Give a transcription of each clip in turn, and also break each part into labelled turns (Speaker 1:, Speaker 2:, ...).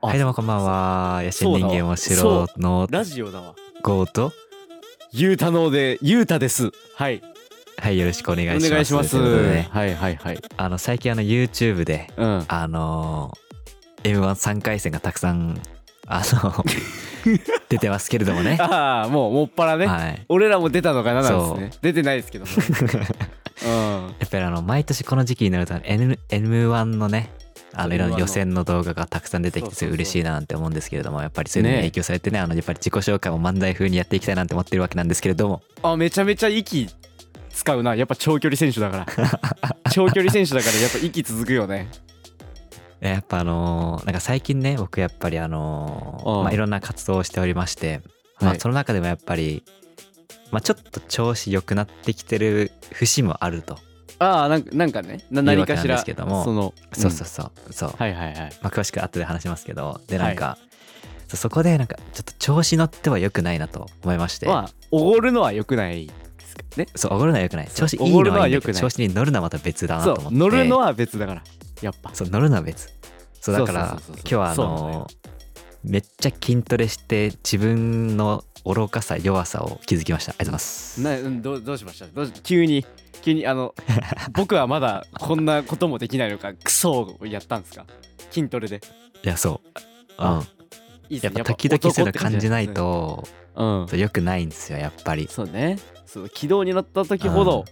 Speaker 1: はい、どうもこんばんは。野心人間は
Speaker 2: そう
Speaker 1: 白の
Speaker 2: ラジオだわ。
Speaker 1: ゴーと、
Speaker 2: ゆうたので、ゆうたです。はい。
Speaker 1: はい、よろしくお願
Speaker 2: お
Speaker 1: いします。
Speaker 2: 願いします。
Speaker 1: ということでね
Speaker 2: はいはいはい。
Speaker 1: あの、最近あの、YouTube で、
Speaker 2: うん。
Speaker 1: あのー、M13 回戦がたくさん、あ の、出てますけれどもね。
Speaker 2: ああ、もうもっぱらね。
Speaker 1: はい。
Speaker 2: 俺らも出たのかななんです
Speaker 1: そう
Speaker 2: ね。出てないですけ どもね。うん。
Speaker 1: やっぱりあの、毎年この時期になると、N、M1 のね、あのいろん
Speaker 2: M1
Speaker 1: な
Speaker 2: の
Speaker 1: 予選の動画がたくさん出てき
Speaker 2: そう
Speaker 1: て
Speaker 2: そう
Speaker 1: す
Speaker 2: そう
Speaker 1: ごい嬉しいななんて思うんですけれどもやっぱりそういうのに
Speaker 2: ね
Speaker 1: 影響されてねあのやっぱり自己紹介を漫才風にやっていきたいなんて思ってるわけなんですけれども
Speaker 2: あ、めちゃめちゃ息使うな。やっぱ長距離選手だから。長距離選手だからやっぱ息続くよね。
Speaker 1: やっぱあのーなんか最近ね僕やっぱりあのー
Speaker 2: うん
Speaker 1: まあ、いろんな活動をしておりまして、ま
Speaker 2: は
Speaker 1: あ、
Speaker 2: い
Speaker 1: その中でもやっぱり、まあ、ちょっと調子良くなってきてる節もあると、
Speaker 2: ああ、なんかなんかね。な
Speaker 1: いう
Speaker 2: 何
Speaker 1: わけ
Speaker 2: か
Speaker 1: な
Speaker 2: し
Speaker 1: んで
Speaker 2: ら。
Speaker 1: すけども
Speaker 2: その。。
Speaker 1: そうそうんそうそう、
Speaker 2: はいはいはい。
Speaker 1: まあ、詳しく後で話しますけどでなんか、そうそこでなんかちょっと調子乗っては良くないなと思いまして、
Speaker 2: まあ、おごるのは良くない。ね。
Speaker 1: そうおごるのは良くない調子い
Speaker 2: おご
Speaker 1: い
Speaker 2: る
Speaker 1: の
Speaker 2: の
Speaker 1: は
Speaker 2: はい
Speaker 1: い
Speaker 2: 良
Speaker 1: んだけ
Speaker 2: く
Speaker 1: ど
Speaker 2: ない
Speaker 1: 調子に乗るのはまた別だなと
Speaker 2: そ
Speaker 1: 思っ
Speaker 2: う。
Speaker 1: て
Speaker 2: 乗るのは別だから。やっぱ。
Speaker 1: そう乗るのは別そうだから
Speaker 2: そうそうそうそう
Speaker 1: 今日はあ
Speaker 2: そうなの
Speaker 1: の
Speaker 2: よ
Speaker 1: めっちゃ筋トレして自分の愚かさ弱さを気づきましたありがとうございます
Speaker 2: なうんどうどうしましたどうし急に急にあ の僕はまだこんなこともできないのかクソをやったんですか筋トレで
Speaker 1: いやそううん
Speaker 2: あいいっす
Speaker 1: やっ
Speaker 2: ね
Speaker 1: ぱ時々そう
Speaker 2: 男
Speaker 1: いうの
Speaker 2: って
Speaker 1: 感じないと
Speaker 2: うん
Speaker 1: そう良くないんですよやっぱり
Speaker 2: そうねそう軌道に乗った時ほ
Speaker 1: うん
Speaker 2: ど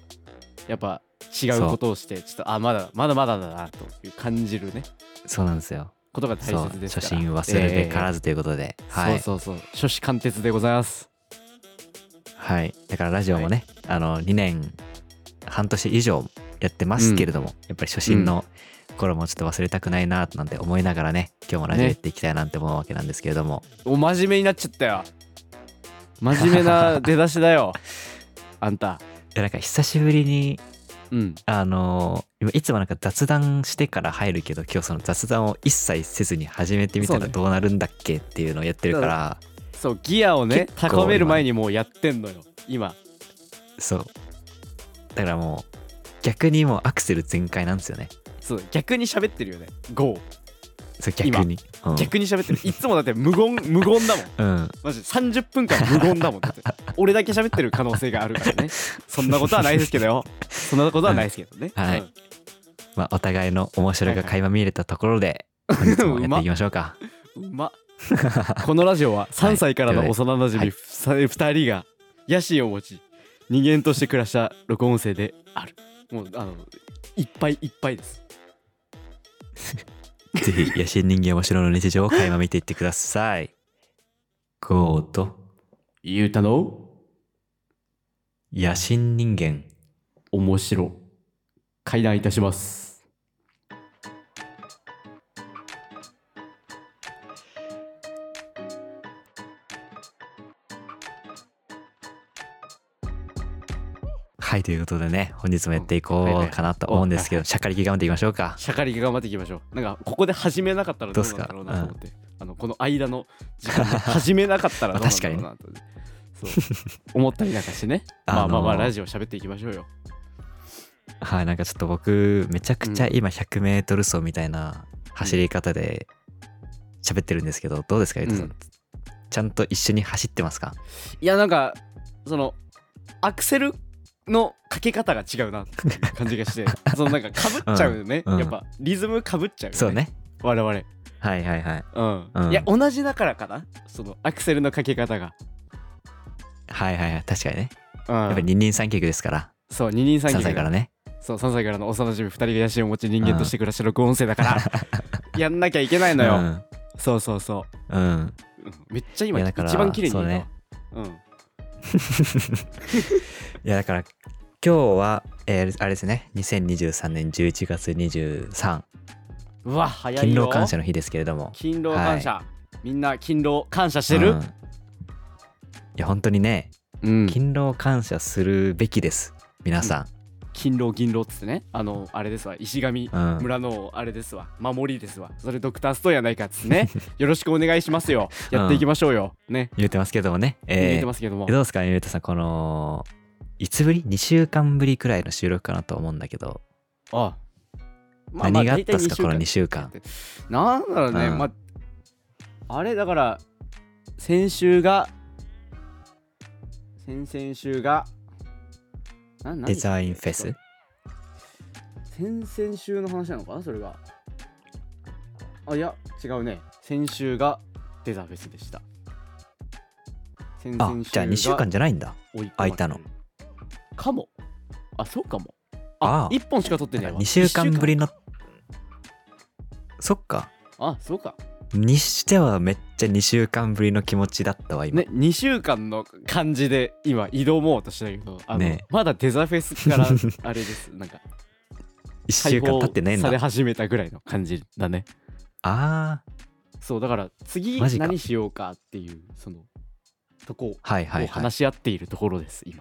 Speaker 2: やっぱ違うことをしてちょっとあまだまだまだだなという感じるね
Speaker 1: そうなんですよ
Speaker 2: ことが大
Speaker 1: そう
Speaker 2: 切ですか
Speaker 1: 初
Speaker 2: ら
Speaker 1: 心忘れるべから
Speaker 2: ず、
Speaker 1: ずということで
Speaker 2: えー
Speaker 1: はい
Speaker 2: そうそうそう初心貫徹でございます
Speaker 1: はいだからラジオもねあの2年半年以上やってますけれどもやっぱり初心の頃もちょっと忘れたくないななんて思いながらね今日もラジオやっていきたいなんて思うわけなんですけれども
Speaker 2: お真面目になっちゃったよ真面目な出だしだ よあんた
Speaker 1: いやなんか久しぶりに
Speaker 2: うん
Speaker 1: あのー今いつもなんか雑談してから入るけど今日その雑談を一切せずに始めてみた
Speaker 2: そう
Speaker 1: ら
Speaker 2: ね
Speaker 1: どうなるんだっけっていうのをやってるから
Speaker 2: そうギアをね
Speaker 1: 結構今
Speaker 2: 高める前にもうやってんのよ今
Speaker 1: そうだからもう逆にもうアクセル全開なんですよね
Speaker 2: そう逆に喋ってるよね GO
Speaker 1: そう逆にうん、
Speaker 2: 逆に喋ってるいつもだって無言 無言だもん
Speaker 1: うん、
Speaker 2: マジ30分間無言だもんだって俺だけ喋ってる可能性があるからねそんなことはないですけどよそんなことはないですけどね、
Speaker 1: はい
Speaker 2: うん
Speaker 1: まあ、お互いの面白いが垣間見れたところで本
Speaker 2: い
Speaker 1: 日もやっていきましょうか
Speaker 2: うまっこのラジオは3歳からの幼なじみ
Speaker 1: はい
Speaker 2: 2人が野心を持ち人間として暮らした録音声であるもうあのいっぱいいっぱいです
Speaker 1: ぜひ野心人間面白の日常を垣間見ていってくださ いゴーと
Speaker 2: ゆうたの
Speaker 1: 野心人間
Speaker 2: 面白会談いたします
Speaker 1: はいということでね本日もやっていこうかなと思うんですけどしゃっかり気頑張っていきましょうか
Speaker 2: しゃかりが頑張っていきましょうなんかここで始めなかったらどうなんだろうなと思って、あのこの間の時間で始めなか ったらどうなんだろうなと、そう思ったりなんかしてね
Speaker 1: あ
Speaker 2: まあ
Speaker 1: の
Speaker 2: まあまあラジオ喋っていきましょうよ
Speaker 1: はいなんかちょっと僕めちゃくちゃ今 100m 走みたいな走り方で喋ってるんですけどどうですかゆうとさん、
Speaker 2: うん
Speaker 1: ちゃんと一緒に走ってますか
Speaker 2: いやなんかそのアクセルのかけ方が違うなっていう感じが してそのなんかかぶっちゃうよね、
Speaker 1: うんうん
Speaker 2: やっぱリズムかぶっちゃうよね
Speaker 1: そうね
Speaker 2: 我々
Speaker 1: はいはいはい
Speaker 2: うん、
Speaker 1: うん
Speaker 2: いや同じだからかなそのアクセルのかけ方が、
Speaker 1: はいはいはい確かにね
Speaker 2: うん、
Speaker 1: やっぱり二人三脚ですから
Speaker 2: そう二人三
Speaker 1: 3
Speaker 2: 脚
Speaker 1: 歳からね
Speaker 2: そう3歳からの幼馴染2人が野心を持ち人間として暮らしてる録音声だから やんなきゃいけないのよ、そうそうそ
Speaker 1: うん、うん、
Speaker 2: ううんめっちゃ今
Speaker 1: いやだから
Speaker 2: 一番綺麗に
Speaker 1: そう
Speaker 2: ね
Speaker 1: ね
Speaker 2: うん
Speaker 1: いやだから今日は、えーあれですね2023年11月23
Speaker 2: うわ早いよ
Speaker 1: 勤労感謝の日ですけれども
Speaker 2: 勤労感謝、みんな勤労感謝してる
Speaker 1: うんいや本当にね
Speaker 2: うん
Speaker 1: 勤労感謝するべきです皆さ
Speaker 2: 勤労銀労っつってねあのあれですわ石神
Speaker 1: ん、うん
Speaker 2: 村のあれですわ守りですわそれドクターストーンやないかっつって ねよろしくお願いしますよやっていきましょうよ、ね
Speaker 1: 言ってますけどもね、
Speaker 2: 言
Speaker 1: え
Speaker 2: えて
Speaker 1: ー、
Speaker 2: ますけども
Speaker 1: どうですかねゆうたさんこのいつぶり2週間ぶりくらいの収録かなと思うんだけど、
Speaker 2: ああ
Speaker 1: 何があったんですかこの2週間
Speaker 2: なんだろうね、
Speaker 1: うん
Speaker 2: まああれだから先週が先々週がな何
Speaker 1: デザインフェス
Speaker 2: 先々週の話なのかなそれがあいや違うね先週がデザフェスでした先
Speaker 1: あじゃあ2週間じゃないんだ
Speaker 2: 追い込まれてる
Speaker 1: 空いたの
Speaker 2: かもあそうかも
Speaker 1: あ
Speaker 2: あ
Speaker 1: あ
Speaker 2: 一1本しか撮ってね
Speaker 1: だか
Speaker 2: え
Speaker 1: ら
Speaker 2: わ
Speaker 1: 2週間ぶり
Speaker 2: 一
Speaker 1: のそっか
Speaker 2: 週間あそうか
Speaker 1: にしてはめっちゃ2週間ぶりの気持ちだったわ今、
Speaker 2: ね2週間の感じで今挑もうとしたけどあの、
Speaker 1: ねえ
Speaker 2: まだデザフェス からあれですなんか
Speaker 1: 1週間経ってないん
Speaker 2: 解放され
Speaker 1: だ
Speaker 2: 始めたぐらいの感じだね
Speaker 1: あー
Speaker 2: そうだから次
Speaker 1: マジか
Speaker 2: 何しようかっていうそのとこ
Speaker 1: はいはい
Speaker 2: を
Speaker 1: は
Speaker 2: 話し合っているところです、
Speaker 1: いうん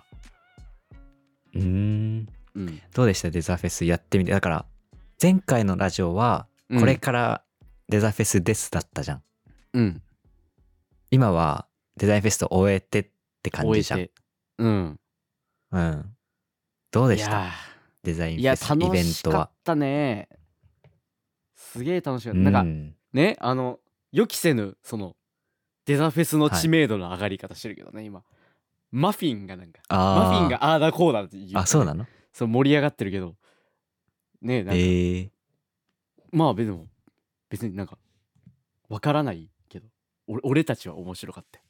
Speaker 2: 今、うん
Speaker 1: どうでしたデザフェスやってみてだから前回のラジオはこれ、からデザフェスですだったじゃん、
Speaker 2: うん、
Speaker 1: 今はデザインフェスト終えてって感
Speaker 2: 終
Speaker 1: じ
Speaker 2: え
Speaker 1: じゃん
Speaker 2: てうん
Speaker 1: うんどうで
Speaker 2: い
Speaker 1: した
Speaker 2: や
Speaker 1: デザ
Speaker 2: ー
Speaker 1: イン
Speaker 2: い
Speaker 1: フ
Speaker 2: や
Speaker 1: ェスイ
Speaker 2: 楽
Speaker 1: ベン
Speaker 2: し
Speaker 1: ト
Speaker 2: か
Speaker 1: は
Speaker 2: ったねすげえ楽しかった、なんか
Speaker 1: うん
Speaker 2: ねあの予期せぬそのデザフェスの知名度の上がり方してるけどね、今マフィンがなんか
Speaker 1: あ
Speaker 2: マ
Speaker 1: ー
Speaker 2: フィンがああだこうだって言う
Speaker 1: あそう
Speaker 2: の
Speaker 1: なの
Speaker 2: そう盛り上がってるけどねえなんか、
Speaker 1: ええ
Speaker 2: まあでも別になんかわからないけど俺俺たちは面白かったよ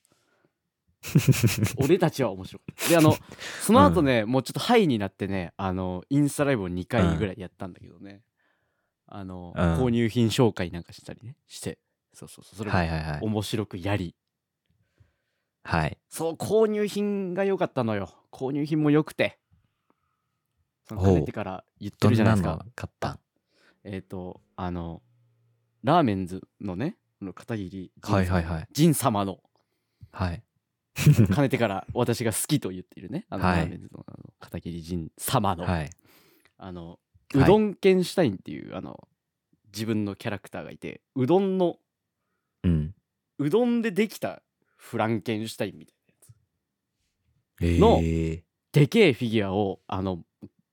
Speaker 2: 俺たちは面白かったで あのその後ね、もうちょっとハイになってねあのインスタライブを2回ぐらいやったんだけどね、あの、
Speaker 1: うん
Speaker 2: 購入品紹介なんかしたりねしてそうそうそうそれも
Speaker 1: はいはいはい
Speaker 2: 面白くやり、
Speaker 1: はい
Speaker 2: そう購入品が良かったのよ購入品も良くてその
Speaker 1: ほう
Speaker 2: かねてから言って
Speaker 1: ど
Speaker 2: る
Speaker 1: ん
Speaker 2: じゃない
Speaker 1: な
Speaker 2: です
Speaker 1: の
Speaker 2: か
Speaker 1: 買ったん
Speaker 2: えっ、とあのラーメンズのねあの片桐仁
Speaker 1: はいはいはい
Speaker 2: 仁様の
Speaker 1: はい
Speaker 2: かねてから私が好きと言っているねあの、
Speaker 1: はい
Speaker 2: ラーメンズのあの片桐仁様の、
Speaker 1: はい
Speaker 2: あの
Speaker 1: はいう
Speaker 2: どんケンシュタインっていうあの自分のキャラクターがいてうどんの
Speaker 1: うん
Speaker 2: うどんでできたフランケンシュタインみたいなやつ
Speaker 1: ええ
Speaker 2: のでけえフィギュアをあの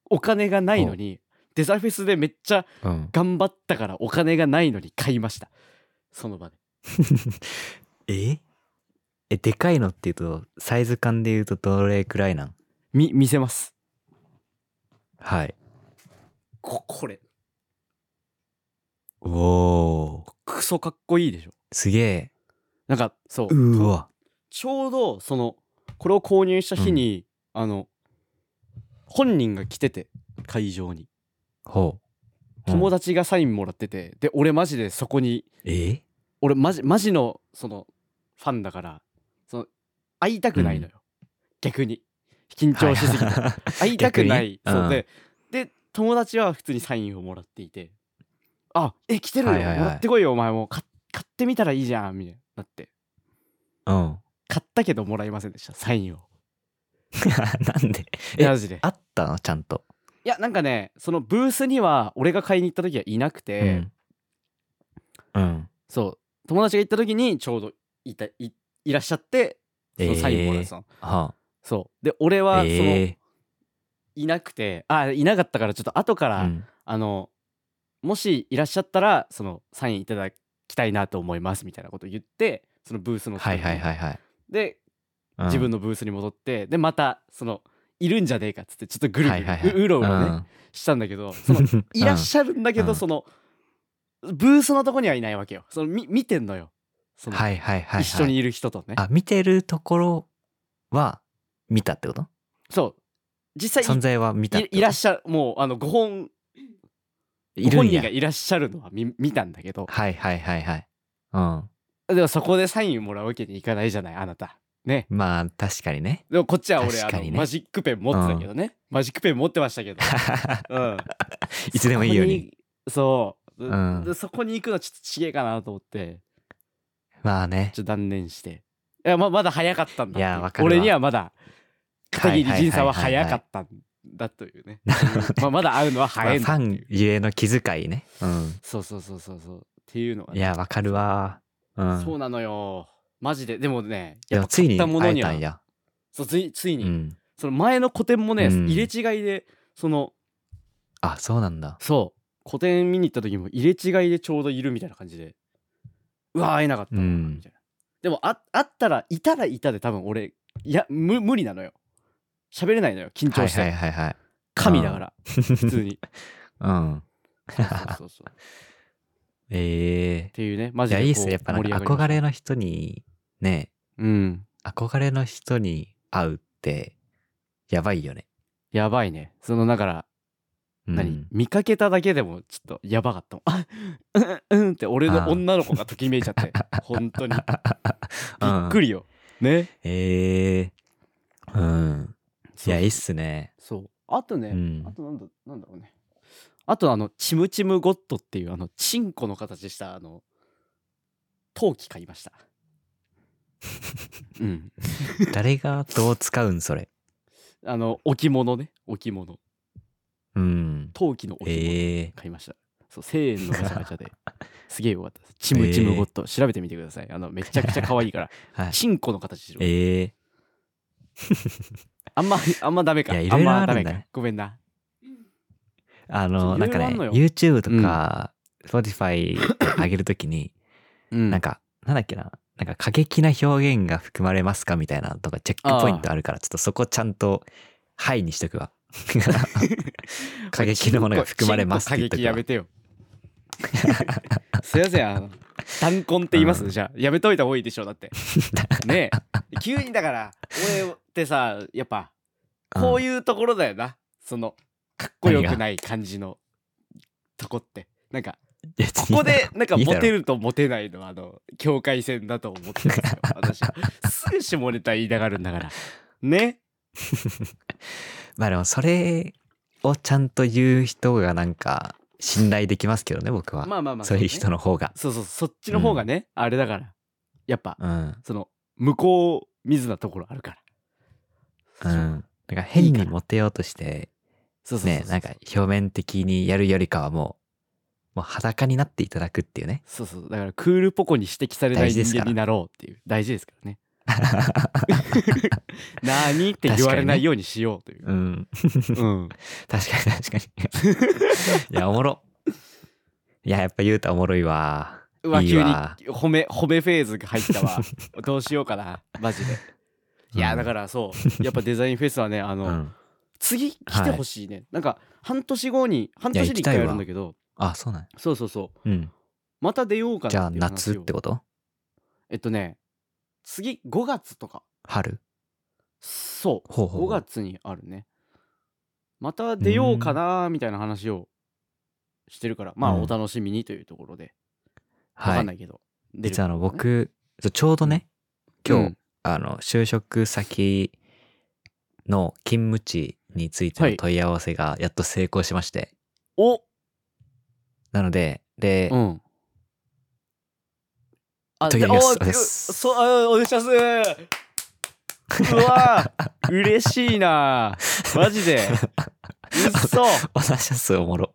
Speaker 2: お金がないのにデザフェスでめっちゃ
Speaker 1: うん、
Speaker 2: 頑張ったからお金がないのに買いましたその場で
Speaker 1: ええでかいのっていうとサイズ感でいうとどれくらいなん
Speaker 2: み見せます
Speaker 1: はい
Speaker 2: ここれ
Speaker 1: おお
Speaker 2: クソかっこいいでしょ
Speaker 1: すげえ
Speaker 2: なんかそう
Speaker 1: うーわ
Speaker 2: ちょうどそのこれを購入した日に、あの本人が来てて会場に
Speaker 1: ほう、うん
Speaker 2: 友達がサインもらってて、で俺マジでそこに
Speaker 1: え
Speaker 2: 俺マジマジのそのファンだからその会いたくないのよ、逆に緊張しすぎて、会いたくない、
Speaker 1: 逆
Speaker 2: そ
Speaker 1: に
Speaker 2: う
Speaker 1: うん
Speaker 2: でで友達は普通にサインをもらっていて「あえ来てるよ、
Speaker 1: はいはいはい
Speaker 2: もらってこいよお前も買買ってみたらいいじゃん」みたいになって
Speaker 1: うん。
Speaker 2: 買ったけどもらえませんでしたサインを
Speaker 1: なんでえ
Speaker 2: マジで
Speaker 1: あったのちゃんと。
Speaker 2: いやなんかねそのブースには俺が買いに行った時はいなくて、
Speaker 1: うん。うん。
Speaker 2: そう友達が行った時にちょうどいたいいらっしゃってそのサインもらってたの、
Speaker 1: は
Speaker 2: そうで俺は
Speaker 1: あ、
Speaker 2: その、
Speaker 1: え
Speaker 2: いなくてあいなかったからちょっと後か
Speaker 1: ー
Speaker 2: ら、
Speaker 1: うん
Speaker 2: あのもしいらっしゃったらそのサインいただきたいなと思いますみたいなこと言ってそのブースの近く
Speaker 1: は
Speaker 2: に
Speaker 1: いはいはいはい。
Speaker 2: で自分の
Speaker 1: の
Speaker 2: ブースに戻ってでまたそのいるんじゃねえかっつってちょっとぐるぐるううろうろね、したんだけどそ のいらっしゃるんだけ
Speaker 1: う
Speaker 2: ど
Speaker 1: ん
Speaker 2: そのブースのとこにはいないわけよそのみ見てんのよそ
Speaker 1: ゃ
Speaker 2: の
Speaker 1: はいはいはいはい。
Speaker 2: 一緒に。いる人とね
Speaker 1: あ、見てるところは見たってこと
Speaker 2: そう実際
Speaker 1: 存在は見た
Speaker 2: いいらっ
Speaker 1: ゃ
Speaker 2: しゃるもうあのご本
Speaker 1: いる
Speaker 2: 本
Speaker 1: ん
Speaker 2: 人
Speaker 1: や
Speaker 2: が。いらっしゃるのは見見たんだけど
Speaker 1: はいはいはいはい。うん。
Speaker 2: でもそこでサインもらうわけにいかないじゃないあなたね
Speaker 1: まあ確か にね。
Speaker 2: でもこっちは俺、
Speaker 1: 確
Speaker 2: あ
Speaker 1: か
Speaker 2: の
Speaker 1: にね
Speaker 2: マジックペン持ってたけどね、マジックペン持ってました けど、うん、
Speaker 1: いつでもいいように。
Speaker 2: そう、
Speaker 1: うん
Speaker 2: でそこに行くのちょっとちげえかなと思って
Speaker 1: まあね
Speaker 2: ち。ょっと断念していやままだ早かったんだ
Speaker 1: いやわかるわ
Speaker 2: 俺にはまだ片桐仁さんは
Speaker 1: はいはいはいはい
Speaker 2: 早かったんだという ね まあまだ会うのは
Speaker 1: まあ
Speaker 2: 早い
Speaker 1: フ
Speaker 2: んだ
Speaker 1: ァ
Speaker 2: ってい
Speaker 1: ン
Speaker 2: う、
Speaker 1: ゆえの気遣いね。うん。
Speaker 2: そうそうそうそうそうっていうのがね、
Speaker 1: いや、わかるわ。うん。
Speaker 2: そうなのよマジででもね
Speaker 1: で
Speaker 2: やっ
Speaker 1: も
Speaker 2: ぱ
Speaker 1: つい
Speaker 2: 買っ
Speaker 1: に
Speaker 2: たもの
Speaker 1: 会
Speaker 2: に
Speaker 1: えた
Speaker 2: は
Speaker 1: んや。
Speaker 2: そうついついうに、
Speaker 1: ん。
Speaker 2: その前の個展もね、
Speaker 1: うん
Speaker 2: 入れ違いでその
Speaker 1: あ、そうなんだ。
Speaker 2: そう個展見に行った時も入れ違いでちょうどいるみたいな感じでうわ会えなかったな
Speaker 1: うん
Speaker 2: みたいな、でもあ会ったらいたらいたで多分俺いや無無理なのよ喋れないのよ緊
Speaker 1: は
Speaker 2: 張
Speaker 1: い
Speaker 2: して、
Speaker 1: はいはいはい。
Speaker 2: 神だから普通 に
Speaker 1: うん。
Speaker 2: そうそうそうっ
Speaker 1: ええ
Speaker 2: ていうねマ
Speaker 1: い
Speaker 2: ジで
Speaker 1: や、
Speaker 2: こう
Speaker 1: いいっすね。やっぱなんか
Speaker 2: 盛り上が
Speaker 1: 憧
Speaker 2: り
Speaker 1: れの人に、
Speaker 2: ま
Speaker 1: ね、
Speaker 2: したうん
Speaker 1: 憧れの人に会うって、やばいよね。
Speaker 2: やばいねそのだから
Speaker 1: うん
Speaker 2: 何、見かけただけでもちょっとやばかったもん あうんうんって俺の女の子がときめいちゃって 本当にびっく
Speaker 1: り。
Speaker 2: りよ、ね
Speaker 1: ええうん。いや、いいっす ね。
Speaker 2: そうあとね、
Speaker 1: うん
Speaker 2: あとなんだなんだろうねあとあのチムチムゴットっていうあのチンコの形したあの陶器買いま したうん
Speaker 1: 誰がどう使うんそれ。
Speaker 2: あの置物ね置物
Speaker 1: うん。
Speaker 2: 陶器の置物
Speaker 1: ええ
Speaker 2: 買いました、そう1000円のガチャガチャ ですげえよかったですチムチムゴット、調べてみてくださいあのめちゃくちゃ可愛いから
Speaker 1: はい。
Speaker 2: チンコの形してる
Speaker 1: ええ
Speaker 2: あんま、あんまダメか。
Speaker 1: いやいろいろ
Speaker 2: んま
Speaker 1: あるんだね
Speaker 2: ダメかごめんな。
Speaker 1: あ
Speaker 2: そ
Speaker 1: の、
Speaker 2: う
Speaker 1: なんか
Speaker 2: いろいろあんの
Speaker 1: ね、
Speaker 2: よ
Speaker 1: YouTube とか、Spotify 上げるときに、
Speaker 2: うん
Speaker 1: なんか、なんだっけな、なんか過激な表現が含まれますかみたいなのとかチェックポイントあるから、ちょっとそこちゃんと、はいにしと くわ。過激なものが含まれます
Speaker 2: チ
Speaker 1: って言
Speaker 2: ン
Speaker 1: っ
Speaker 2: コ過激
Speaker 1: とく
Speaker 2: や
Speaker 1: わ
Speaker 2: めてよ。すいません、あの、弾痕って言います、
Speaker 1: うん
Speaker 2: じゃあ、やめといた方がいいでしょう、だ って。ねえ、急にだから、俺ってさ、やっぱ、こう
Speaker 1: うん
Speaker 2: いうところだよな。その、かっこよくない感じのとこって。なんか、
Speaker 1: 別に
Speaker 2: ここで、なんか、
Speaker 1: いい
Speaker 2: モ
Speaker 1: だろ
Speaker 2: テるとモテないのは、あの、境界線だと思ってますよ、私は。すぐ下ネタ言いたがるんだから。ね
Speaker 1: まあでもそれをちゃんと言う人がなんか信頼できますけどね僕は、
Speaker 2: まあまあまあ
Speaker 1: そうい
Speaker 2: そうね
Speaker 1: う人の方が
Speaker 2: そうそうそっちの方がね、あれだからやっぱ
Speaker 1: うん
Speaker 2: その向こう水なところあるから
Speaker 1: う
Speaker 2: そうん
Speaker 1: なんか変
Speaker 2: いい
Speaker 1: に
Speaker 2: から
Speaker 1: モテようとして
Speaker 2: そうそうそう
Speaker 1: ねなんか表面的にやるよりかはもうもう裸になっていただくっていうね
Speaker 2: そうそうだからクールポコに指摘されない
Speaker 1: 大
Speaker 2: 人
Speaker 1: 事ですから
Speaker 2: 間になろうっていう大事ですから ね何って言われないようにしようという、
Speaker 1: うん
Speaker 2: うん
Speaker 1: 確かに確か にいやおもろいややっぱ言うたおもろいわ
Speaker 2: うわ
Speaker 1: いい
Speaker 2: 急に
Speaker 1: わ
Speaker 2: 褒め褒めフェーズが入ったわどうしようかなマジでいや
Speaker 1: うん
Speaker 2: だからそうやっぱデザインフェスはねあ
Speaker 1: う
Speaker 2: の、
Speaker 1: ん
Speaker 2: 次来てほしいね、なんか半年後に半年に1回やるんだけど
Speaker 1: あそうなんや
Speaker 2: そうそうそう
Speaker 1: うん
Speaker 2: また出ようかな
Speaker 1: じ
Speaker 2: い
Speaker 1: ゃあ
Speaker 2: う話
Speaker 1: 夏
Speaker 2: を
Speaker 1: ってこと
Speaker 2: えっとね、次5月とか。
Speaker 1: 春
Speaker 2: そう。
Speaker 1: ほうほ
Speaker 2: 5
Speaker 1: う
Speaker 2: 月にあるね。また出ようかなーみたいな話をしてるから、まあ
Speaker 1: うん
Speaker 2: お楽しみにというところで。わ
Speaker 1: は
Speaker 2: か
Speaker 1: い
Speaker 2: んないけど。出る
Speaker 1: 実はあの
Speaker 2: かな
Speaker 1: 僕そうちょうどね今日、
Speaker 2: うん
Speaker 1: あの就職先の勤務地について
Speaker 2: は
Speaker 1: の
Speaker 2: い
Speaker 1: 問い合わせがやっと成功しまして、
Speaker 2: お
Speaker 1: なのでで、
Speaker 2: うん。あ
Speaker 1: というニュース
Speaker 2: お
Speaker 1: です
Speaker 2: そう、あお願いします。うわー嬉しいなーマジで。うっそ
Speaker 1: 私はすごいおもろ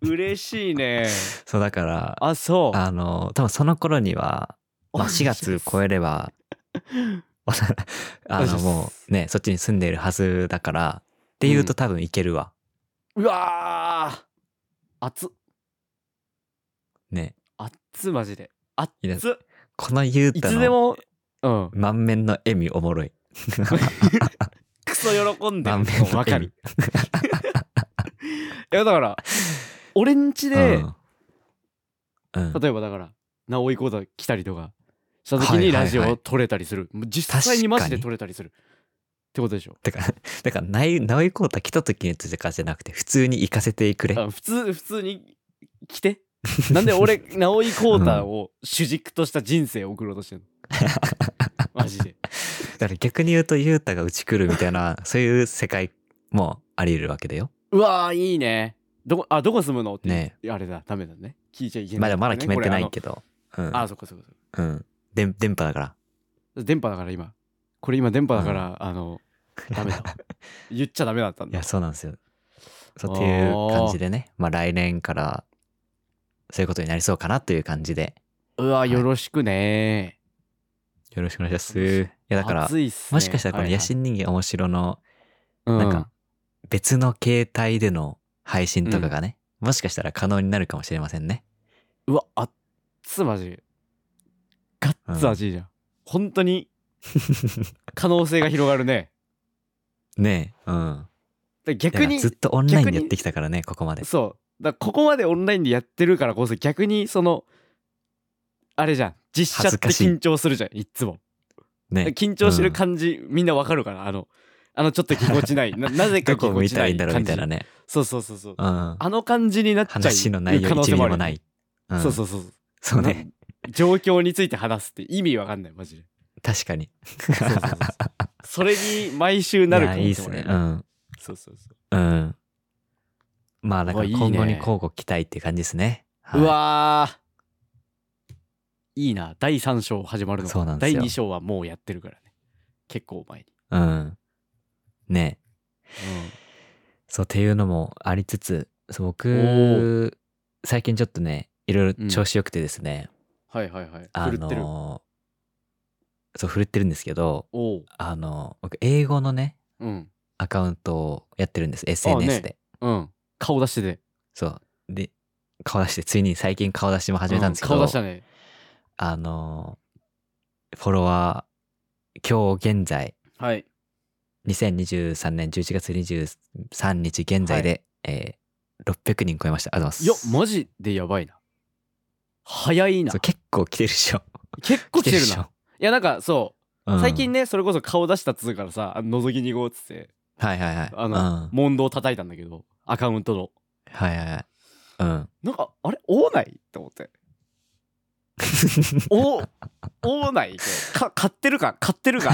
Speaker 2: 嬉しいねー
Speaker 1: そうだからあ
Speaker 2: あ、そう。
Speaker 1: の多分その頃には、まあ、4月超えれば あ
Speaker 2: お願いしま
Speaker 1: の
Speaker 2: す
Speaker 1: もうねそっちに住んでいるはずだからっていうと多分いけるわ、
Speaker 2: うわー熱っ
Speaker 1: ね
Speaker 2: 熱っマジで熱
Speaker 1: いいです
Speaker 2: っ
Speaker 1: この言う
Speaker 2: い
Speaker 1: た
Speaker 2: つで
Speaker 1: の
Speaker 2: もうん
Speaker 1: 満面の笑みおもろい
Speaker 2: クソ喜んで
Speaker 1: 満
Speaker 2: る
Speaker 1: 面の笑み
Speaker 2: わかるいやだから俺んちで、
Speaker 1: うんうん、
Speaker 2: 例えばだから直井コーダ来たりとかした時
Speaker 1: はいは
Speaker 2: に
Speaker 1: いはい
Speaker 2: ラジオを撮れたりする、もう実際にマジで撮れたりするってことでしょ
Speaker 1: だから、 だから、ない、直井コータ来た時にとかじゃなくて、普通に行かせてくれ。
Speaker 2: あ普通普通に来てなんで 俺直井コーダを主軸とした人生を送ろうとして るのマジで
Speaker 1: だから逆に言うと、ユータがうち来るみたいな、そういう世界もあり得るわけだよ。
Speaker 2: うわーいいねどこあどこ住むのって、
Speaker 1: ね
Speaker 2: あれだダメだね聞いちゃいけ
Speaker 1: ま
Speaker 2: ない、
Speaker 1: だまだ決めてない
Speaker 2: ど
Speaker 1: けど。うん。
Speaker 2: ああそっかそっかそっ
Speaker 1: うん。でん電波だから。
Speaker 2: か電波だから今これ今電波だから、あのダ メだ言っちゃダメだったん
Speaker 1: い
Speaker 2: だ
Speaker 1: や、そうなんですよ。そう、っていう感じでね。まあ来年から、そういうことになりそうかなという感じで。
Speaker 2: うわ
Speaker 1: い
Speaker 2: よろしくね
Speaker 1: よろしくお願いします。いや、だから、
Speaker 2: 暑いっすね
Speaker 1: もしかしたらこの野心人間面白の、なんか、、別の携帯での配信とかがね、もしかしたら可能になるかもしれませんね。
Speaker 2: はいはいうんうわあっつマジガッツ味じゃん、本当 に可能性が広がるね
Speaker 1: ねえう
Speaker 2: だ
Speaker 1: ん
Speaker 2: から
Speaker 1: だか
Speaker 2: 逆
Speaker 1: ら
Speaker 2: に
Speaker 1: ずっとオンラインでやってきたからねここまで
Speaker 2: そうだからここまでオンラインでやってるからこそ逆にそのあれじゃん実写
Speaker 1: 恥
Speaker 2: っ
Speaker 1: ず
Speaker 2: て
Speaker 1: かしい
Speaker 2: 緊張するじゃんいっつも
Speaker 1: ね
Speaker 2: 緊張してる感じ、みんなわかるかなあのあのちょっとぎこちないななぜか
Speaker 1: ど
Speaker 2: ぎ
Speaker 1: こ
Speaker 2: こ
Speaker 1: 見
Speaker 2: ち
Speaker 1: た
Speaker 2: な
Speaker 1: ら
Speaker 2: い
Speaker 1: いいんだろう
Speaker 2: 感
Speaker 1: みた
Speaker 2: じ
Speaker 1: いなね
Speaker 2: そうそうそうそう
Speaker 1: うん
Speaker 2: あの感じになっちゃう
Speaker 1: 話の内容
Speaker 2: 可能
Speaker 1: 一
Speaker 2: 性
Speaker 1: ミ
Speaker 2: もある
Speaker 1: リもないん
Speaker 2: そうそうそうそう
Speaker 1: そうね
Speaker 2: な状況について話すって意味わかんないマジで
Speaker 1: 確かに
Speaker 2: そうそうそうそうそれに毎週なる
Speaker 1: い
Speaker 2: か
Speaker 1: や
Speaker 2: も
Speaker 1: いいですねうん
Speaker 2: そうそうそう
Speaker 1: うんまあだから
Speaker 2: うわいい
Speaker 1: 今
Speaker 2: ね
Speaker 1: 後に交互期待って感じですねはいう
Speaker 2: わーいいな第3章始まるのか
Speaker 1: そうなんですよ
Speaker 2: 第2章はもうやってるからね結構前に、
Speaker 1: うんねえそうっていうのもありつつそう
Speaker 2: お
Speaker 1: 僕最近ちょっとねいろいろ調子よくてですね、
Speaker 2: はいはいはい
Speaker 1: あ
Speaker 2: 振るってる、
Speaker 1: のそう振るってるんですけど
Speaker 2: おう
Speaker 1: あの僕英語のね
Speaker 2: うん
Speaker 1: アカウントをやってるんです SNS で、
Speaker 2: うん顔出してて
Speaker 1: そうで顔出してついに最近顔出しも始めたんですけど、
Speaker 2: う顔出したね
Speaker 1: あのフォロワー今日現在
Speaker 2: はい
Speaker 1: 2023年11月23日現在で、えー600人超えましたありがとう
Speaker 2: いや
Speaker 1: ございます
Speaker 2: マジでやばいな早いな
Speaker 1: そう結構来てるでしょ
Speaker 2: 結構来てる
Speaker 1: でし
Speaker 2: な
Speaker 1: ょ
Speaker 2: いやなんかそう
Speaker 1: うん
Speaker 2: 最近ねそれこそ顔出したっつうからさあの覗きに行こうっつって
Speaker 1: はいはいはい。
Speaker 2: あ
Speaker 1: うん
Speaker 2: の、問答叩いたんだけどアカウントの
Speaker 1: はいはいはい。うん。
Speaker 2: なんかあれオーナイと思っておオーナイか買ってるか買ってるか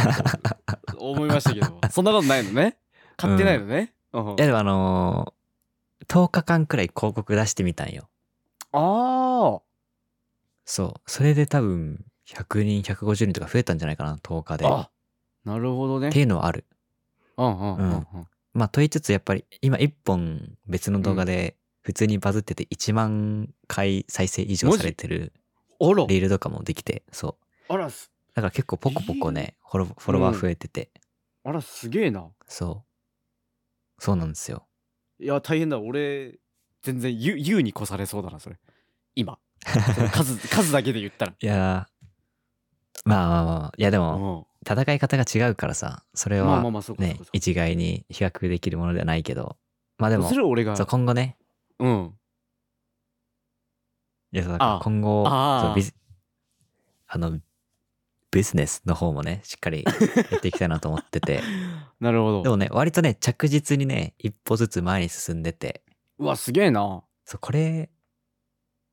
Speaker 2: と思いましたけどそんなことないのね買ってないのね、うん
Speaker 1: いやでもあのー、10日間くらい広告出してみたんよ。
Speaker 2: あ
Speaker 1: そう。それで多分、100人、150人とか増えたんじゃないかな、10日で。
Speaker 2: ー
Speaker 1: っ
Speaker 2: あなるほどね
Speaker 1: ていうのはある。
Speaker 2: うんうんうんうん
Speaker 1: まあ、と言いつつ、やっぱり、今1本別の動画で、普通にバズってて1万回再生以上
Speaker 2: マジ
Speaker 1: されてる
Speaker 2: あら
Speaker 1: リールとかもできて、そう。
Speaker 2: あらす
Speaker 1: だから結構ポコポコね、フォロフォロワー増えてて、
Speaker 2: あらすげえな
Speaker 1: そう。そうなんですよ。
Speaker 2: いや大変だ俺全然優優に越されそうだなそれ今その数 数だけで言ったら
Speaker 1: いやーまあまあまあまあ、いやでも、
Speaker 2: うん
Speaker 1: 戦い方が違うからさそれ
Speaker 2: まあ
Speaker 1: は
Speaker 2: まあまあそうかそう
Speaker 1: ね
Speaker 2: かそうか
Speaker 1: 一概に比較できるものではないけどまあでも
Speaker 2: それ俺が
Speaker 1: そう今後ね
Speaker 2: うん
Speaker 1: いやそうだから
Speaker 2: あ
Speaker 1: 今後
Speaker 2: あ
Speaker 1: そうビジあのビジネスの方もねしっかりやっていきたいなと思って て
Speaker 2: なるほ
Speaker 1: で
Speaker 2: ど
Speaker 1: もね割とね着実にね一歩ずつ前に進んでて
Speaker 2: うわすげえな
Speaker 1: そうこれ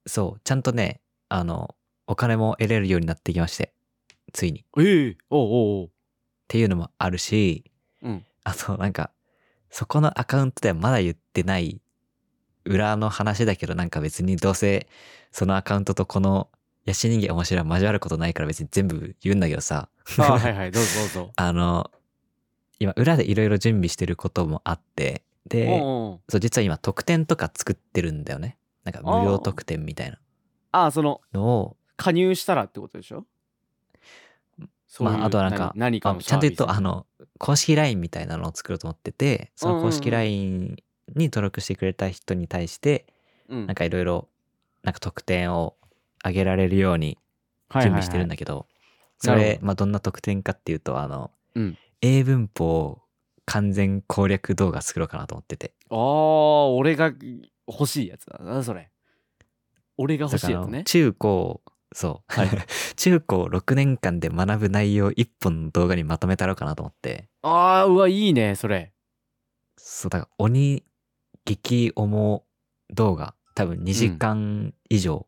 Speaker 1: そうちゃんとねあのお金も得れるようになってきましてついにっ
Speaker 2: ええおうおう
Speaker 1: ていうのもあるし
Speaker 2: おううん
Speaker 1: あとなんか、そこのアカウントではまだ言ってない裏の話だけどなんか別にどうせそのアカウントとこのヤシ人間面白いは交わることないから別に全部言うんだけどさ。
Speaker 2: あ はいはいどうぞどうぞ
Speaker 1: あの、今裏でいろいろ準備してることもあって、で、
Speaker 2: おうおう
Speaker 1: そう実は今特典とか作ってるんだよね。なんか無料特典みたいな
Speaker 2: ああその
Speaker 1: のを、
Speaker 2: 加入したらってことでしょそういう
Speaker 1: まああとはなんか
Speaker 2: 何何か
Speaker 1: あ
Speaker 2: の
Speaker 1: ちゃんと言うとあ
Speaker 2: の
Speaker 1: の公式 LINE みたいなのを作ろうと思ってて、その公
Speaker 2: うん
Speaker 1: 式
Speaker 2: うんう
Speaker 1: LINE に登録してくれた人に対して、
Speaker 2: 準
Speaker 1: なんかいろいろ、なんか特典を上げられるように準備してるんだ
Speaker 2: け
Speaker 1: けど、
Speaker 2: な
Speaker 1: そ
Speaker 2: るほど
Speaker 1: れ、まあどんな特典かっていうと、あの、
Speaker 2: うん
Speaker 1: 英文法完全攻略動画作ろうかなと思ってて。
Speaker 2: どああ俺が欲しいやつだなそれ俺が欲しいやつ
Speaker 1: だからあの
Speaker 2: ね
Speaker 1: 中高、そう。 中高6年間で学ぶ内容1本の動画にまとめたろうかなと思って、
Speaker 2: ああうわいいねそれ
Speaker 1: そう、だから鬼激重動画、多分2時間以上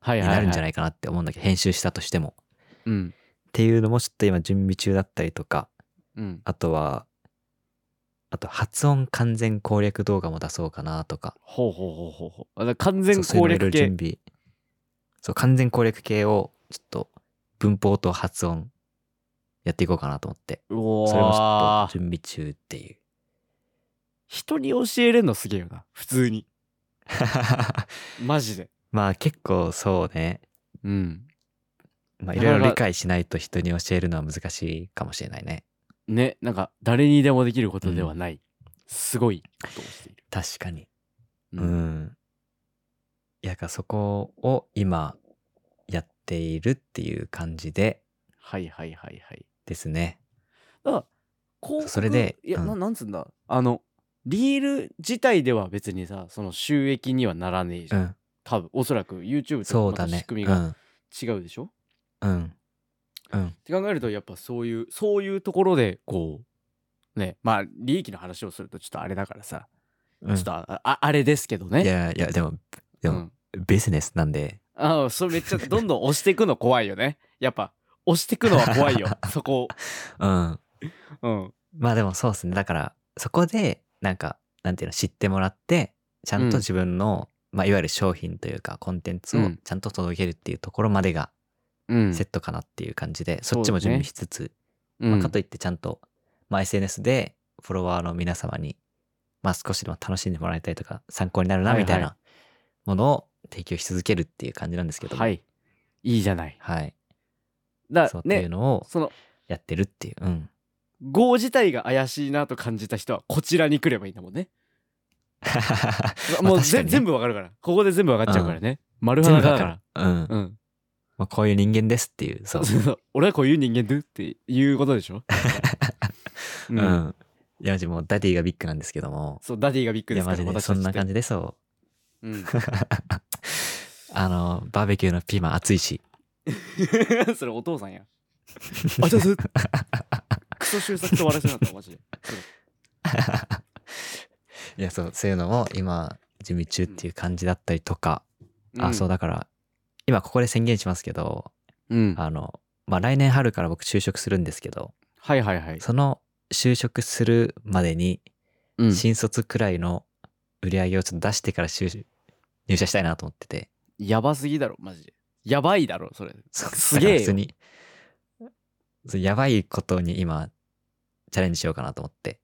Speaker 2: はい
Speaker 1: に
Speaker 2: はいはい
Speaker 1: なるんじ
Speaker 2: い
Speaker 1: ゃないかなって思うんだけど、編集したとしても。
Speaker 2: うん
Speaker 1: っていうのもちょっと今準備中だったりとか、
Speaker 2: うん
Speaker 1: あとは、あと発音完全攻略動画も出そうかなとか、
Speaker 2: ほうほうほうほうほうあだから完
Speaker 1: そ
Speaker 2: 全
Speaker 1: うそういう
Speaker 2: 攻
Speaker 1: のい
Speaker 2: 略
Speaker 1: ろいろ
Speaker 2: 系
Speaker 1: 準備。そう、完全攻略系をちょっと文法と発音やっていこうかなと思って、
Speaker 2: うお
Speaker 1: それもちょ
Speaker 2: ー
Speaker 1: っと準備中っていう。
Speaker 2: 人に教えれんのすげえよな普通にマジで
Speaker 1: まあ結構そうね、
Speaker 2: うん
Speaker 1: まあい
Speaker 2: なかなか
Speaker 1: ろいろ理解しないと人に教えるのは難しいかもしれないね。
Speaker 2: ねなんか誰にでもできることではない、すごいことをしている、
Speaker 1: 確かに。
Speaker 2: う
Speaker 1: うん。いや、だからそこを今やっっているっていう感じで
Speaker 2: はいはいはいはい。
Speaker 1: ですね。
Speaker 2: だから広告
Speaker 1: それで
Speaker 2: いや、
Speaker 1: うん
Speaker 2: ななんつうんだあのリール自体では別にさその収益にはならねえじ
Speaker 1: う
Speaker 2: ゃん、
Speaker 1: ん。
Speaker 2: 多分おそらく YouTube と
Speaker 1: そう
Speaker 2: また
Speaker 1: だね
Speaker 2: 仕。
Speaker 1: う
Speaker 2: 組みが
Speaker 1: ん。
Speaker 2: 違うでしょ、
Speaker 1: うん。うん。
Speaker 2: って考えるとやっぱそういうそういうところでこうねまあ利益の話をするとちょっとあれだからさ、
Speaker 1: うん
Speaker 2: ちょっとあああれですけどね
Speaker 1: いやいや、でも、で
Speaker 2: う
Speaker 1: も、
Speaker 2: ん、
Speaker 1: ビジネスなんで、
Speaker 2: ああそれめっちゃどんどん押していくの怖いよねやっぱ押していくのは怖い よそこ
Speaker 1: うん。
Speaker 2: をうん
Speaker 1: まあでもそうですね。だから、そこで、なんか、なんていうの、知ってもらって、ちゃんと自分の、まあ、いわゆる商品というか、コンテンツ
Speaker 2: う
Speaker 1: を
Speaker 2: ん
Speaker 1: ちゃんと届けるっていうところまでが
Speaker 2: うん
Speaker 1: セットかなっていう感じで、
Speaker 2: そう
Speaker 1: そ
Speaker 2: ね
Speaker 1: っちも準備しつつ、
Speaker 2: うん
Speaker 1: まあかといってちゃんと、まあ、SNS でフォロワーの皆様に、まあ、少しでも楽しんでもらいたいとか、参考になるな、
Speaker 2: はいはい
Speaker 1: みたいなものを提供し続けるっていう感じなんですけども。
Speaker 2: は。いいいじゃない
Speaker 1: はい。
Speaker 2: だ
Speaker 1: そう、っていう
Speaker 2: ね
Speaker 1: のを
Speaker 2: その
Speaker 1: やってるっていう。 うん。
Speaker 2: 号自体が怪しいなと感じた人はこちらに来ればいいんだもんね。もう
Speaker 1: 確か
Speaker 2: ぜ
Speaker 1: にね
Speaker 2: 全部わかるから。ここで全部わかっちゃうからね。丸
Speaker 1: 全
Speaker 2: 裸
Speaker 1: 部わ
Speaker 2: だか
Speaker 1: か
Speaker 2: ら
Speaker 1: る。。うん。
Speaker 2: うん
Speaker 1: まあ、こういう人間ですっていう、そう。
Speaker 2: 俺はこういう人間でっていうことでし ょ。う、
Speaker 1: うんん。いや、マジもうダディがビッグなんですけども。
Speaker 2: そうダディがビッグ
Speaker 1: い
Speaker 2: で
Speaker 1: や、
Speaker 2: すか
Speaker 1: マ
Speaker 2: ら
Speaker 1: ジで、そんな感
Speaker 2: じ。
Speaker 1: じでそう。
Speaker 2: うん、
Speaker 1: あの、バーベキューのピーマン熱いし。
Speaker 2: それお父さんや。 あちょっと クソ終作と笑いそうになったマジで。
Speaker 1: いや、そう、そういうのも今、準備中っていう感じだったりとか。 あ、そう
Speaker 2: だ。
Speaker 1: だから、今ここで宣言しますけど、
Speaker 2: うん、
Speaker 1: あの、まあ、来年春から僕就職するんですけど、
Speaker 2: はいはいはい。
Speaker 1: その就職するまでに、
Speaker 2: うん
Speaker 1: 新卒くらいの売り上げをちょっと出してから就入社したいなと思ってて。
Speaker 2: やばすぎだろマジで。やばいだろそれ。
Speaker 1: そう
Speaker 2: すげえよ
Speaker 1: だから普通にそうやばいことに今チャレンジしようかなと思って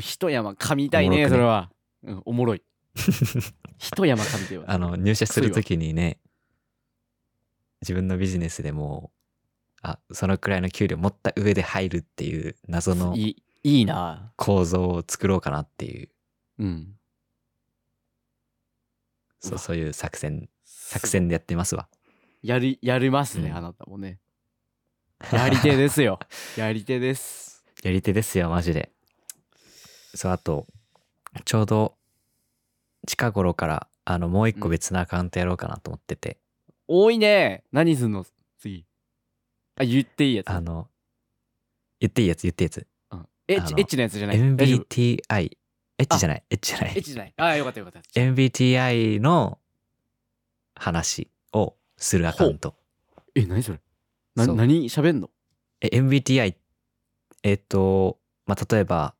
Speaker 2: 一山噛みたいね
Speaker 1: おもろく
Speaker 2: そ
Speaker 1: ね
Speaker 2: れは、うん、おも ろい一山噛みてよ
Speaker 1: あの入社する時にね自分のビジネスでもうあそのくらいの給料持った上で入るっていう謎の
Speaker 2: いいいいな
Speaker 1: 構造を作ろうかなっていう
Speaker 2: うんう
Speaker 1: そ
Speaker 2: わ
Speaker 1: うそういう作戦作戦でやってますわ
Speaker 2: やりやりますね、
Speaker 1: うん
Speaker 2: あなたもねやり手です よやり手です
Speaker 1: やり手ですよマジでそうあとちょうど近頃からあのもう一個別のアカウントやろうかなと思ってて、
Speaker 2: 多いね何すんの次あ言っていいやつ
Speaker 1: あの言っていいやつ言っていいやつ
Speaker 2: うんエッ
Speaker 1: あ
Speaker 2: チ
Speaker 1: の
Speaker 2: エッチなやつじゃない大丈夫
Speaker 1: MBTI。エッ
Speaker 2: あ
Speaker 1: チじゃない。エッチじゃな
Speaker 2: エッ
Speaker 1: い。
Speaker 2: チじゃないああよかったよかった
Speaker 1: MBTI の話をするアカウント。
Speaker 2: え何それな
Speaker 1: そう
Speaker 2: 何喋んの
Speaker 1: え MBTI、えっ、と、まあ、例えば、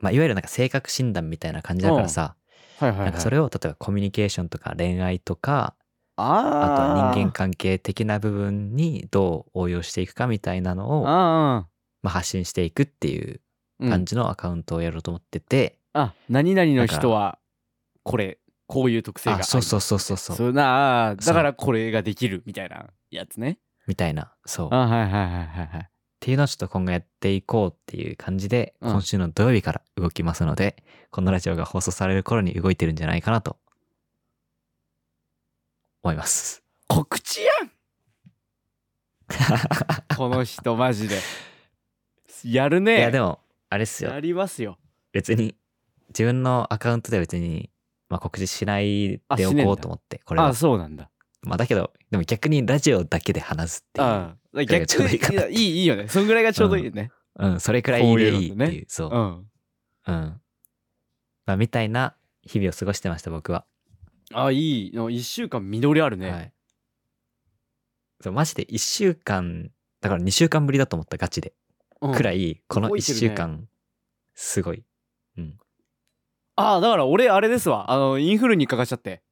Speaker 1: まあ、いわゆるなんか性格診断みたいな感じだからさ、
Speaker 2: はいはい、はい、
Speaker 1: なんかそれを例えばコミュニケーションとか恋愛とか、あと
Speaker 2: あ
Speaker 1: は
Speaker 2: あ
Speaker 1: 人間関係的な部分にどう応用していくかみたいなのを、
Speaker 2: あ
Speaker 1: まあ、発信していくっていう
Speaker 2: あ、うん
Speaker 1: 感じのアカウントをやろうと思ってて、
Speaker 2: あ何々の
Speaker 1: だから
Speaker 2: 人はこれこういう特性があ
Speaker 1: あ、
Speaker 2: る
Speaker 1: そうそうそうそうそう、
Speaker 2: そうなあ
Speaker 1: そ
Speaker 2: だ
Speaker 1: う
Speaker 2: からこれができるみたいなやつね
Speaker 1: みたいな、そう。
Speaker 2: あはいはいはいはいはい
Speaker 1: っていうのをちょっと今後やっていこうっていう感じで、
Speaker 2: うん
Speaker 1: 今週の土曜日から動きますので、このラジオが放送される頃に動いてるんじゃないかなと、思います。
Speaker 2: 告知や んこの人マジでやる
Speaker 1: い
Speaker 2: ね
Speaker 1: や、でも、あれっす
Speaker 2: や
Speaker 1: よ。
Speaker 2: りますよ
Speaker 1: 別に、自分のアカウントでは別に、まあ、告知しないでお
Speaker 2: あしねえん
Speaker 1: こ
Speaker 2: だ
Speaker 1: うと思って、これ
Speaker 2: あ
Speaker 1: は。
Speaker 2: そうなんだ
Speaker 1: まあ、だけど、でも逆にラジオだけで話すっていう。
Speaker 2: ああ
Speaker 1: ぐらいがち
Speaker 2: 逆
Speaker 1: ょうどいいか
Speaker 2: にい
Speaker 1: な
Speaker 2: やいいいいよねそんぐらいがちょうどいいよね
Speaker 1: うん、それくらいでいいっ
Speaker 2: こういう
Speaker 1: て
Speaker 2: の
Speaker 1: いう、
Speaker 2: ね
Speaker 1: そうう。
Speaker 2: ん、
Speaker 1: うん。まあ、みたいな日々を過ごしてました、僕は。
Speaker 2: あいいの1週間実りあるね、
Speaker 1: はい。そう、マジで1週間、だから2週間ぶりだと思った、ガチで。
Speaker 2: うん
Speaker 1: くらい、この
Speaker 2: 動
Speaker 1: 1
Speaker 2: いてる
Speaker 1: 週
Speaker 2: ね
Speaker 1: 間、すごい。
Speaker 2: ああだから俺あれですわあのインフルにかかっちゃって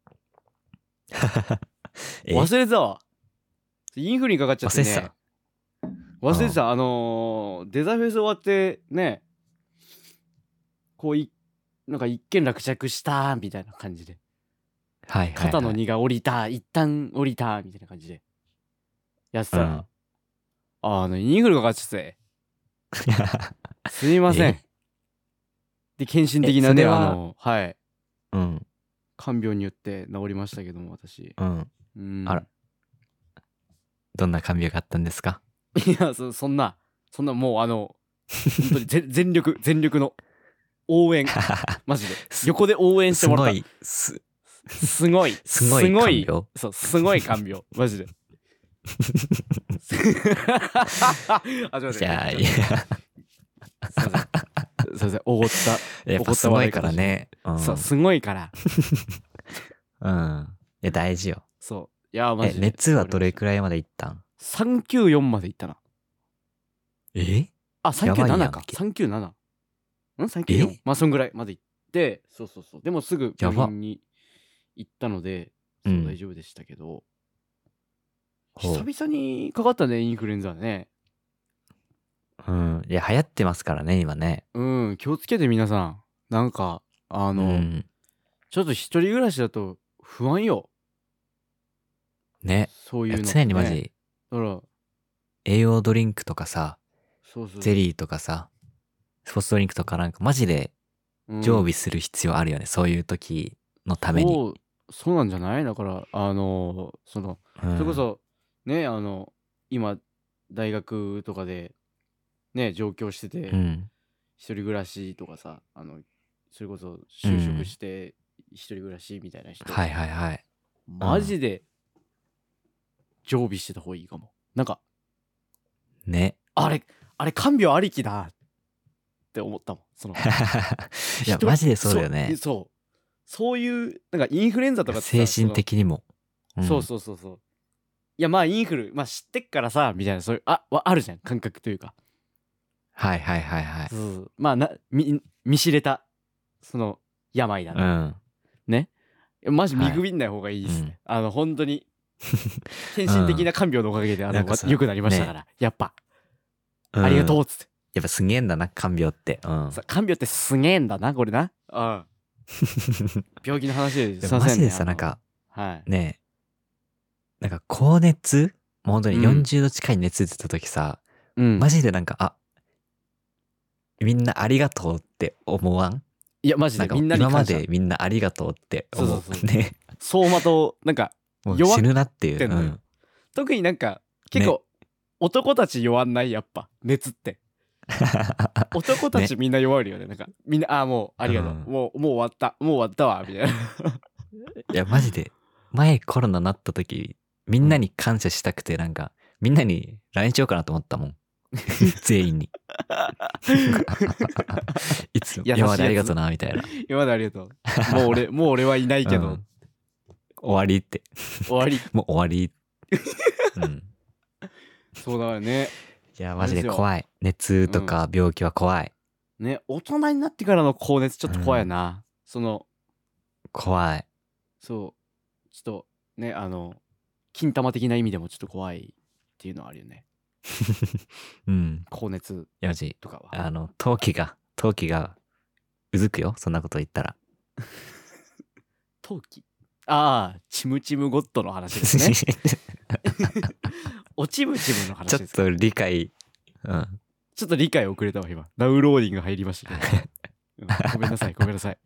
Speaker 1: え
Speaker 2: 忘れてたわインフルにかかっちゃって、ね、
Speaker 1: 忘れて
Speaker 2: 忘れてたあのーデザフェス終わってねこういなんか一件落着したみたいな感じで
Speaker 1: はいはいはい、
Speaker 2: 肩の荷が下りた、一旦降りたみたいな感じでやってたら、
Speaker 1: うん
Speaker 2: ああのインフルかかっちゃってすいません
Speaker 1: え
Speaker 2: で献身的な
Speaker 1: えそ
Speaker 2: ね
Speaker 1: れは
Speaker 2: あのはい
Speaker 1: うん、
Speaker 2: 看病によって治りましたけども私
Speaker 1: うん。
Speaker 2: うん
Speaker 1: あらどんな看病があったんですか
Speaker 2: いやそそんなそんなもうあの本当に 全全力全力の応援マジです横で応援して
Speaker 1: す
Speaker 2: もら
Speaker 1: ご
Speaker 2: っ
Speaker 1: い、す
Speaker 2: たすごい
Speaker 1: すごい
Speaker 2: すごい
Speaker 1: 看病
Speaker 2: そうすごい看病マ ジであちょっと待って
Speaker 1: いやい
Speaker 2: ち
Speaker 1: や
Speaker 2: ょっと待って、すいませんすいませんおごった
Speaker 1: やっぱすごいからね。うん。
Speaker 2: そうすごいから
Speaker 1: うん。いや、大事よ。
Speaker 2: そういやマ
Speaker 1: え、
Speaker 2: ジで
Speaker 1: 熱はどれくらいまでいったん
Speaker 2: 394までいったな
Speaker 1: え
Speaker 2: あ
Speaker 1: やばいやん
Speaker 2: 397か397ん ?394
Speaker 1: え
Speaker 2: まあそんぐらいまで行ってそうそうそうでもすぐ
Speaker 1: やば
Speaker 2: 病院に行ったのでそう
Speaker 1: うん
Speaker 2: 大丈夫でしたけど、
Speaker 1: ほう
Speaker 2: 久々にかかったねインフルエンザね
Speaker 1: うん。いや、流行ってますからね、今ね。
Speaker 2: うん気をつけて皆さんなんかあ
Speaker 1: う
Speaker 2: の、
Speaker 1: ん。
Speaker 2: ちょっと一人暮らしだと不安よ
Speaker 1: ね。
Speaker 2: そう
Speaker 1: い
Speaker 2: いう
Speaker 1: や
Speaker 2: のってね、
Speaker 1: 常にマジ、
Speaker 2: だから
Speaker 1: 栄養ドリンクとかさ、
Speaker 2: そうそう
Speaker 1: ゼリーとかさ、スポーツドリンクとかなんか、マジで
Speaker 2: うん
Speaker 1: 常備する必要あるよね。そういう時のために。
Speaker 2: そうそうなんじゃないだからあのその
Speaker 1: うん
Speaker 2: それこそねあの今大学とかでね上京してて、
Speaker 1: うん。
Speaker 2: 一人暮らしとかさあのそれこそ就職して一人暮らしみたいな人、
Speaker 1: はいはいはい。
Speaker 2: マジで常備してた方がいいかもなんか
Speaker 1: ね。
Speaker 2: あれあれ看病ありきだって思ったもん その
Speaker 1: いや、
Speaker 2: 人
Speaker 1: マジでそうだよね。
Speaker 2: そうそうそういうなんかインフルエンザとかってさ
Speaker 1: 精神的にも。
Speaker 2: そのそうそうそうそういやまあインフル、まあ、知ってっからさみたいなそういうあわあるじゃん感覚というか
Speaker 1: はいはいはいはい。
Speaker 2: そうそうまあなみ見知れたその病だな、
Speaker 1: うん。
Speaker 2: ねマジ
Speaker 1: はい
Speaker 2: 見くびんない方がいいですね、
Speaker 1: うん
Speaker 2: あの本当 に献身的な看病のおかげであ
Speaker 1: な
Speaker 2: の
Speaker 1: んかさ
Speaker 2: 良くなりましたから、やっぱ、ありがと
Speaker 1: う。
Speaker 2: うんっつって、
Speaker 1: やっぱすげえんだな、看病って。うん。
Speaker 2: さ看病ってすげえんだなこれな、うん、病気の話で
Speaker 1: です
Speaker 2: い
Speaker 1: も
Speaker 2: ま
Speaker 1: マ
Speaker 2: せん
Speaker 1: ジ
Speaker 2: ね
Speaker 1: でさ、
Speaker 2: あの
Speaker 1: なんか
Speaker 2: はい
Speaker 1: ね、なんか高熱もう本当に
Speaker 2: うん
Speaker 1: 40度近い熱出た時さ、
Speaker 2: うん
Speaker 1: マジでなんか、あ、みんなありがとうって思わん
Speaker 2: いやマジで
Speaker 1: なんか
Speaker 2: みんなに
Speaker 1: 今ま
Speaker 2: 感謝
Speaker 1: でみんなありがとうって思
Speaker 2: そうそう
Speaker 1: う。
Speaker 2: そう
Speaker 1: ね。
Speaker 2: 相馬となんか
Speaker 1: もう
Speaker 2: 弱っ
Speaker 1: 死ぬなってい
Speaker 2: て
Speaker 1: う。
Speaker 2: ん
Speaker 1: う
Speaker 2: のよ
Speaker 1: ん。
Speaker 2: 特になんか結構、男たち弱んないやっぱ熱って男たちみんな弱いよねなんかみんなああもうありがとう、
Speaker 1: うん
Speaker 2: もうもう終わったもう終わったわみたいな
Speaker 1: いや、マジで、前コロナなった時、みんなに感謝したくて、なんか、みんなに LINE しようかなと思ったも ん。全員に。いつも、
Speaker 2: 優しいやつ
Speaker 1: 今までありがとうな、みたいな。
Speaker 2: 今までありがとうもう俺もう俺はいないけど、
Speaker 1: うん終わりって。
Speaker 2: 終わり
Speaker 1: もう終わ り。うん。
Speaker 2: そうだよね
Speaker 1: いや、マジで怖い。熱とか病気は怖い。
Speaker 2: ね大人になってからの高熱ちょっと怖いよな、その
Speaker 1: 怖い。
Speaker 2: そうちょっとねあの金玉的な意味でもちょっと怖いっていうのはあるよね
Speaker 1: うん。
Speaker 2: 高熱
Speaker 1: いや、マジ、
Speaker 2: とかは
Speaker 1: あの、陶器が、陶器が、うずくよ。そんなこと言ったら。
Speaker 2: 陶器ああちむちむゴッドの話 ですねおちむちむの話
Speaker 1: ちょ
Speaker 2: で
Speaker 1: っ
Speaker 2: すか
Speaker 1: と理解、うん。
Speaker 2: ちょっと理解遅れたわ今ダウンローディング入りました けど、うんごめんなさいごめんなさい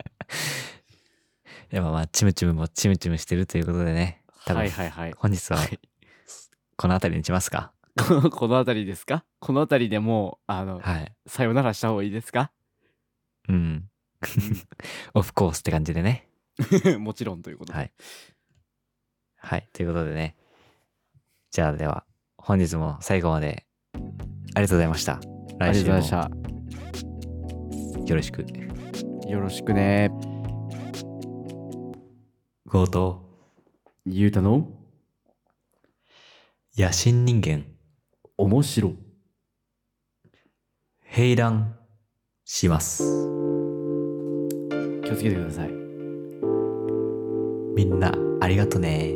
Speaker 1: でもまあ、チムチムもチムチムしてるということでね、多
Speaker 2: は
Speaker 1: 分
Speaker 2: い、はいはい
Speaker 1: 本日は
Speaker 2: はい
Speaker 1: この辺りにしますか。
Speaker 2: こ のこの辺りですかこの辺りでもうあの
Speaker 1: はい。
Speaker 2: さよならした方がいいですか
Speaker 1: うん。オフコースって感じでね。
Speaker 2: もちろんということで、
Speaker 1: はいはい。ということでね。じゃあでは、本日も最後までありがとうございました。
Speaker 2: あ
Speaker 1: 来
Speaker 2: り
Speaker 1: 週
Speaker 2: がとう
Speaker 1: も
Speaker 2: ございま
Speaker 1: よろしく。
Speaker 2: したよろしくね
Speaker 1: 強盗、
Speaker 2: ゆうたの
Speaker 1: 野心人間、
Speaker 2: 面白
Speaker 1: 平乱します。
Speaker 2: 気をつけてください
Speaker 1: みんなありがとね。